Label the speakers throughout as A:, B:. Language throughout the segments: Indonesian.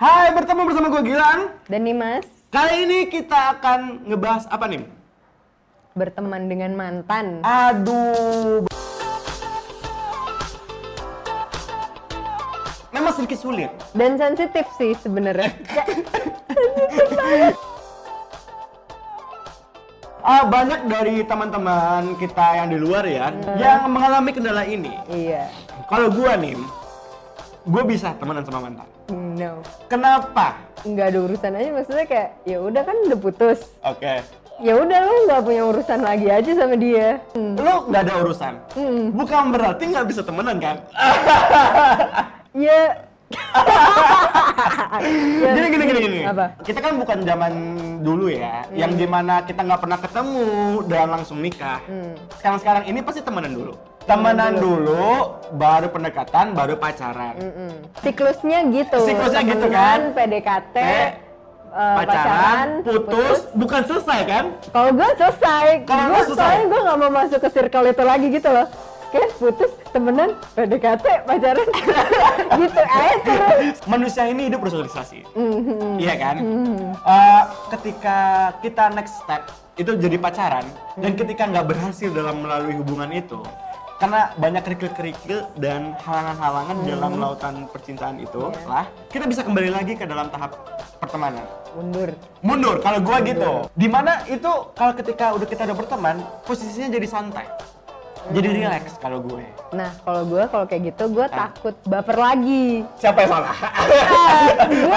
A: Hai, bertemu bersama gue Gilang.
B: Dan Dimas
A: Kali ini kita akan ngebahas apa nih?
B: berteman dengan mantan.
A: Aduh. Memang sedikit sulit.
B: Dan sensitif sih sebenarnya.
A: Ah, banyak dari teman-teman kita yang di luar ya, yang mengalami kendala ini.
B: iya.
A: Kalau gue nih, gue bisa temenan sama mantan.
B: No.
A: Kenapa?
B: Nggak ada urusan aja maksudnya kayak ya udah kan udah putus.
A: Oke.
B: Ya udah lu nggak punya urusan lagi aja sama dia. Hmm.
A: Lo nggak ada urusan.
B: Hmm.
A: Bukan berarti nggak bisa temenan kan?
B: Ya. Ya.
A: gini gini gini gini.
B: Apa?
A: Kita kan bukan zaman dulu ya, yang dimana kita nggak pernah ketemu dan langsung nikah.
B: Hmm.
A: Sekarang sekarang ini pasti temenan dulu. Temenan dulu, baru pendekatan, baru pacaran.
B: Mm-mm. Hmm. Siklusnya gitu.
A: Siklusnya gitu
B: Temenan,
A: kan?
B: PDKT,
A: Eh,
B: eh, pacaran,
A: putus, bukan selesai kan?
B: Kalau gue selesai,
A: Kalau
B: gue
A: lu selesai?
B: soalnya gue nggak mau masuk ke circle itu lagi gitu loh. Kayak putus, temenan, PDKT, pacaran, gitu aja terus.
A: Manusia ini hidup bersosialisasi.
B: Mhm.
A: Iya kan? Eh, ketika kita next step itu jadi pacaran dan ketika nggak berhasil dalam melalui hubungan itu karena banyak kerikil-kerikil dan halangan-halangan dalam lautan percintaan itu lah kita bisa kembali lagi ke dalam tahap pertemanan
B: Mundur.
A: mundur kalau gua gitu dimana itu kalau ketika udah kita udah berteman posisinya jadi santai jadi relax kalau gue
B: Nah, kalau gue kalau kayak gitu gue takut baper lagi.
A: siapa yang salah
B: Gua-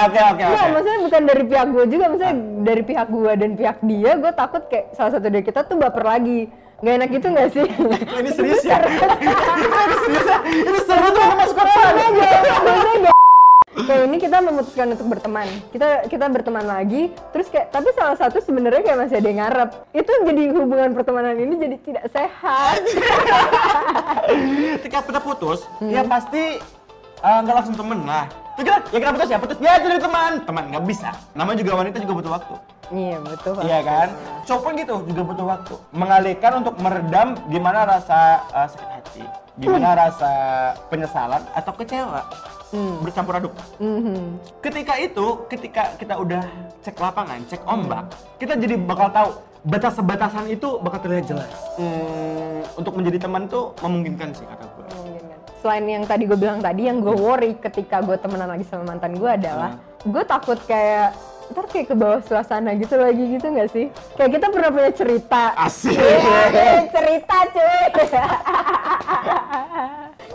A: oke oke
B: Nggak,
A: oke
B: maksudnya bukan dari pihak gue juga, maksudnya dari pihak gue dan pihak dia, gue takut kayak salah satu dari kita tuh baper lagi. Gak enak gitu gak sih?
A: ini serius ya ini serius ya ini seru tuh mas koran
B: Karena gak- maksudnya gak- Kayak ini kita memutuskan untuk berteman. Kita kita berteman lagi. Terus kayak tapi salah satu sebenarnya kayak masih ada yang ngarep. Itu jadi hubungan pertemanan ini jadi tidak sehat.
A: ketika kita putus ya pasti eh, nggak langsung temen lah Terus kita ya kita putus ya putus ya jadi teman teman nggak bisa namanya juga wanita juga butuh waktu
B: Iya betul. Pak.
A: iya kan cowok pun gitu juga butuh waktu mengalihkan untuk meredam gimana rasa eh, sakit hati gimana rasa penyesalan atau kecewa bercampur aduk
B: Mhm.
A: ketika itu ketika kita udah cek lapangan cek ombak kita jadi bakal tahu batas-batasan itu bakal terlihat jelas Hmm, untuk menjadi teman tuh memungkinkan sih kata gue
B: Mungkin kan. Selain yang tadi gue bilang tadi, yang gue worry ketika gue temenan lagi sama mantan gue adalah gue takut kayak ntar kayak ke bawah suasana gitu lagi gitu nggak sih? Kayak kita pernah punya cerita.
A: Asik.
B: Iya, cerita cuy.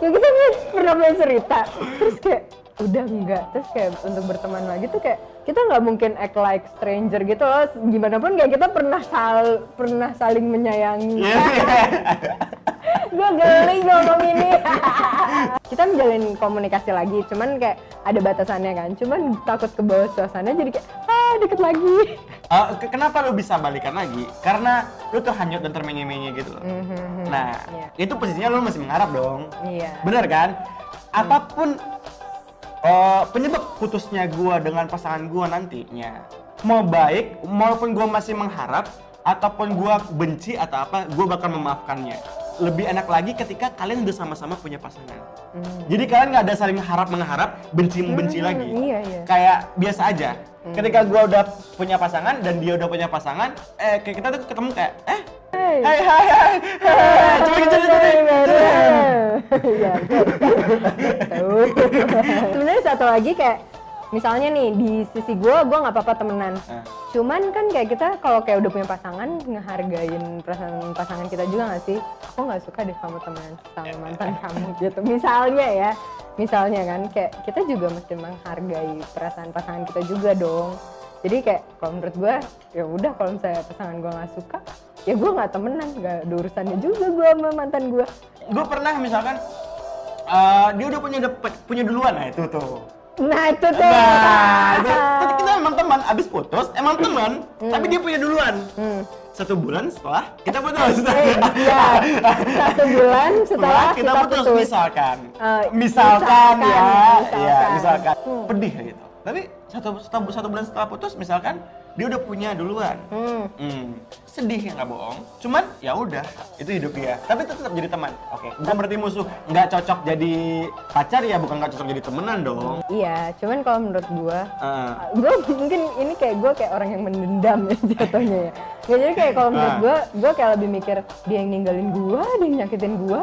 B: ya kita punya- pernah punya cerita. Terus kayak udah enggak terus kayak untuk berteman lagi tuh kayak kita nggak mungkin act like stranger gitu loh gimana pun kayak kita pernah sal pernah saling menyayangi
A: Iya.
B: gue geli ngomong ini kita menjalin komunikasi lagi cuman kayak ada batasannya kan cuman takut ke bawah suasana jadi kayak ah deket lagi
A: Eh, ke- kenapa lu bisa balikan lagi? Karena lu tuh hanyut dan termenye-menye gitu loh. Nah, itu posisinya lu masih mengharap dong.
B: iya
A: Bener kan? Apapun eh, penyebab putusnya gua dengan pasangan gua nantinya, mau baik maupun gua masih mengharap ataupun gua benci atau apa, gua bakal memaafkannya. Lebih enak lagi ketika kalian udah sama-sama punya pasangan. Jadi kalian nggak ada saling harap mengharap, benci membenci lagi.
B: iya, iya.
A: Kayak biasa aja. Ketika gua udah punya pasangan dan dia udah punya pasangan, eh kayak kita tuh ketemu kayak eh
B: Hai.
A: Hai hai hai. hai. Coba kita
B: Iya, betul. sebenarnya satu lagi kayak misalnya nih di sisi gue gue nggak apa-apa temenan
A: Eh.
B: cuman kan kayak kita kalau kayak udah punya pasangan ngehargain perasaan pasangan kita juga nggak sih aku nggak suka deh kamu temenan sama mantan kamu gitu misalnya ya misalnya kan kayak kita juga mesti menghargai perasaan pasangan kita juga dong jadi kayak kalau menurut gue ya udah kalau misalnya pasangan gue nggak suka ya gue nggak temenan nggak ada urusannya juga gue sama mantan gue
A: Gue pernah misalkan eh, dia udah punya dep- punya duluan nah itu tuh.
B: nah itu tuh
A: Nah, itu, tapi kita emang teman, abis putus emang teman, tapi dia punya duluan. Satu bulan setelah kita putus.
B: Eh, iya. satu bulan setelah kita, putus,
A: misalkan.
B: Eh,
A: misalkan, ya,
B: misalkan, Hmm.
A: ya,
B: misalkan.
A: misalkan. Pedih gitu. Tapi satu, satu satu bulan setelah putus misalkan dia udah punya duluan
B: Hmm.
A: Hmm, sedih ya nggak bohong. Cuman ya udah, itu hidup dia. Tapi tetap jadi teman. Oke, bukan berarti musuh. Nggak cocok jadi pacar ya, bukan nggak cocok jadi temenan dong.
B: Iya, cuman kalau menurut gua
A: Eh,
B: gue mungkin ini kayak gue kayak orang yang mendendam ya jatuhnya ya. Nggak, jadi kayak kalau menurut
A: Ah.
B: gue, gue kayak lebih mikir dia yang ninggalin gue, dia yang nyakitin gue.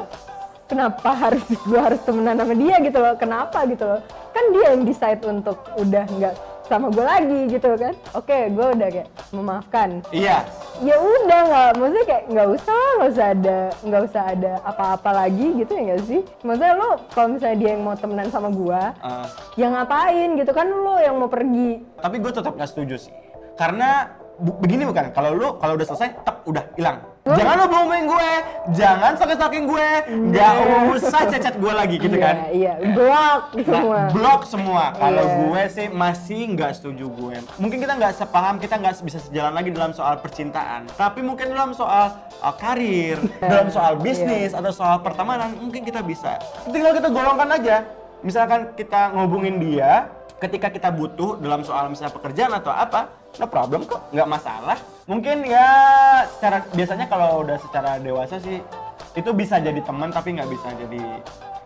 B: Kenapa harus gue harus temenan sama dia gitu loh? Kenapa gitu loh? Kan dia yang decide untuk udah nggak sama gue lagi gitu kan? Oke, gue udah kayak memaafkan.
A: iya,
B: Ya udah nggak, maksudnya kayak nggak usah lah, nggak usah ada nggak usah ada apa-apa lagi gitu ya nggak sih? Maksudnya lo kalau misalnya dia yang mau temenan sama gue,
A: eh,
B: ya ngapain gitu kan lo yang mau pergi
A: tapi gue tetap nggak setuju sih. Karena bu- begini bukan, kalau lu kalau udah selesai, tek udah hilang. Jangan lu bohongin gue, jangan sakit-sakitin gue, nggak usah cacat gue lagi gitu
B: Iya,
A: kan.
B: Iya, blok semua.
A: Nah, blok semua. Kalau
B: Iya.
A: gue sih masih nggak setuju gue. Mungkin kita nggak sepaham, kita nggak bisa sejalan lagi dalam soal percintaan. Tapi mungkin dalam soal uh, karir, dalam soal bisnis atau soal pertemanan mungkin kita bisa. Tinggal kita golongkan aja. Misalkan kita ngobungin dia ketika kita butuh dalam soal misalnya pekerjaan atau apa, no problem kok, nggak masalah. Mungkin ya secara biasanya kalau udah secara dewasa sih itu bisa jadi teman tapi nggak bisa jadi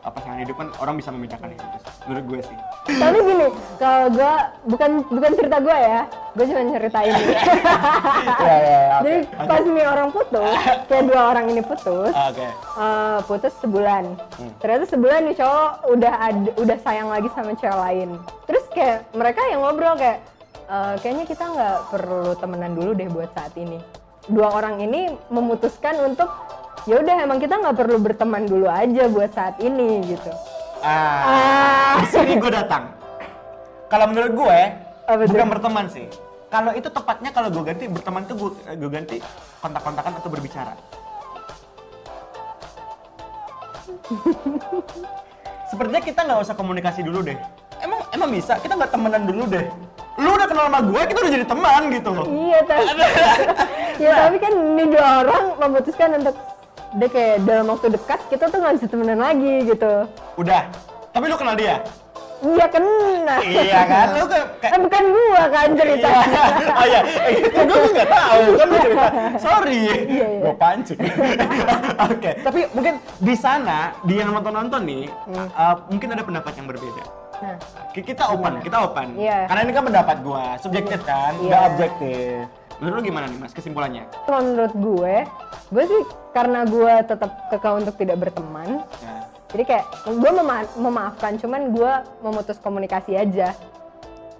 A: apa pasangan hidup kan orang bisa membedakan itu sih. menurut gue sih
B: Tapi gini, kalau gue bukan bukan cerita gue ya, gue cuma ceritain.
A: Iya, ya ya ya
B: Jadi pas ini orang putus, kayak dua orang ini putus,
A: oke
B: eh, putus sebulan. Ternyata sebulan nih cowok udah ad- udah sayang lagi sama cewek lain. Terus kayak mereka yang ngobrol kayak "Eh, kayaknya kita nggak perlu temenan dulu deh buat saat ini. Dua orang ini memutuskan untuk ya udah emang kita nggak perlu berteman dulu aja buat saat ini gitu.
A: ah
B: Ah.
A: di sini gue datang kalau menurut gue
B: Apa tuh?
A: bukan berteman sih kalau itu tepatnya kalau gue ganti berteman tuh gue, gue ganti kontak-kontakan atau berbicara Sepertinya kita nggak usah komunikasi dulu deh. Emang emang bisa kita nggak temenan dulu deh. Lu udah kenal sama gue, kita udah jadi teman gitu.
B: Iya tapi ya tapi kan ini dua orang memutuskan untuk udah kayak dalam waktu dekat kita tuh nggak bisa temenan lagi gitu.
A: Udah. Tapi lu kenal dia?
B: Iya kena.
A: iya kan lu ke, ke
B: Eh, bukan gua kan cerita.
A: oh iya itu gue nggak tahu kan lu cerita sorry
B: iya.
A: gue pancing oke tapi mungkin di sana di yang nonton nonton nih
B: Hmm.
A: uh, mungkin ada pendapat yang berbeda
B: Nah,
A: Ki- kita open kita open
B: Iya.
A: karena ini kan pendapat gue subjektif kan
B: Iya.
A: nggak objektif menurut lu gimana nih mas kesimpulannya
B: kalau menurut gue, gue sih karena gue tetap kekal untuk tidak berteman.
A: Nah,
B: Jadi kayak gue mema- memaafkan, cuman gue memutus komunikasi aja.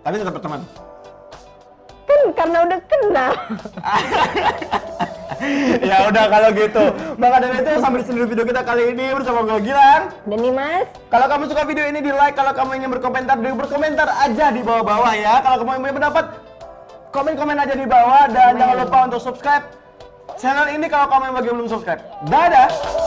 A: tapi tetap berteman
B: Kan karena udah kenal.
A: ya udah kalau gitu maka dari itu sampai di sini dulu video kita kali ini bersama gue Gilang
B: Dan nih mas,
A: Kalau kamu suka video ini di like, kalau kamu ingin berkomentar, di- berkomentar aja di bawah-bawah ya. Kalau kamu punya pendapat, komen-komen aja di bawah dan jangan lupa untuk subscribe channel ini kalau kamu yang bagi belum subscribe. Dadah.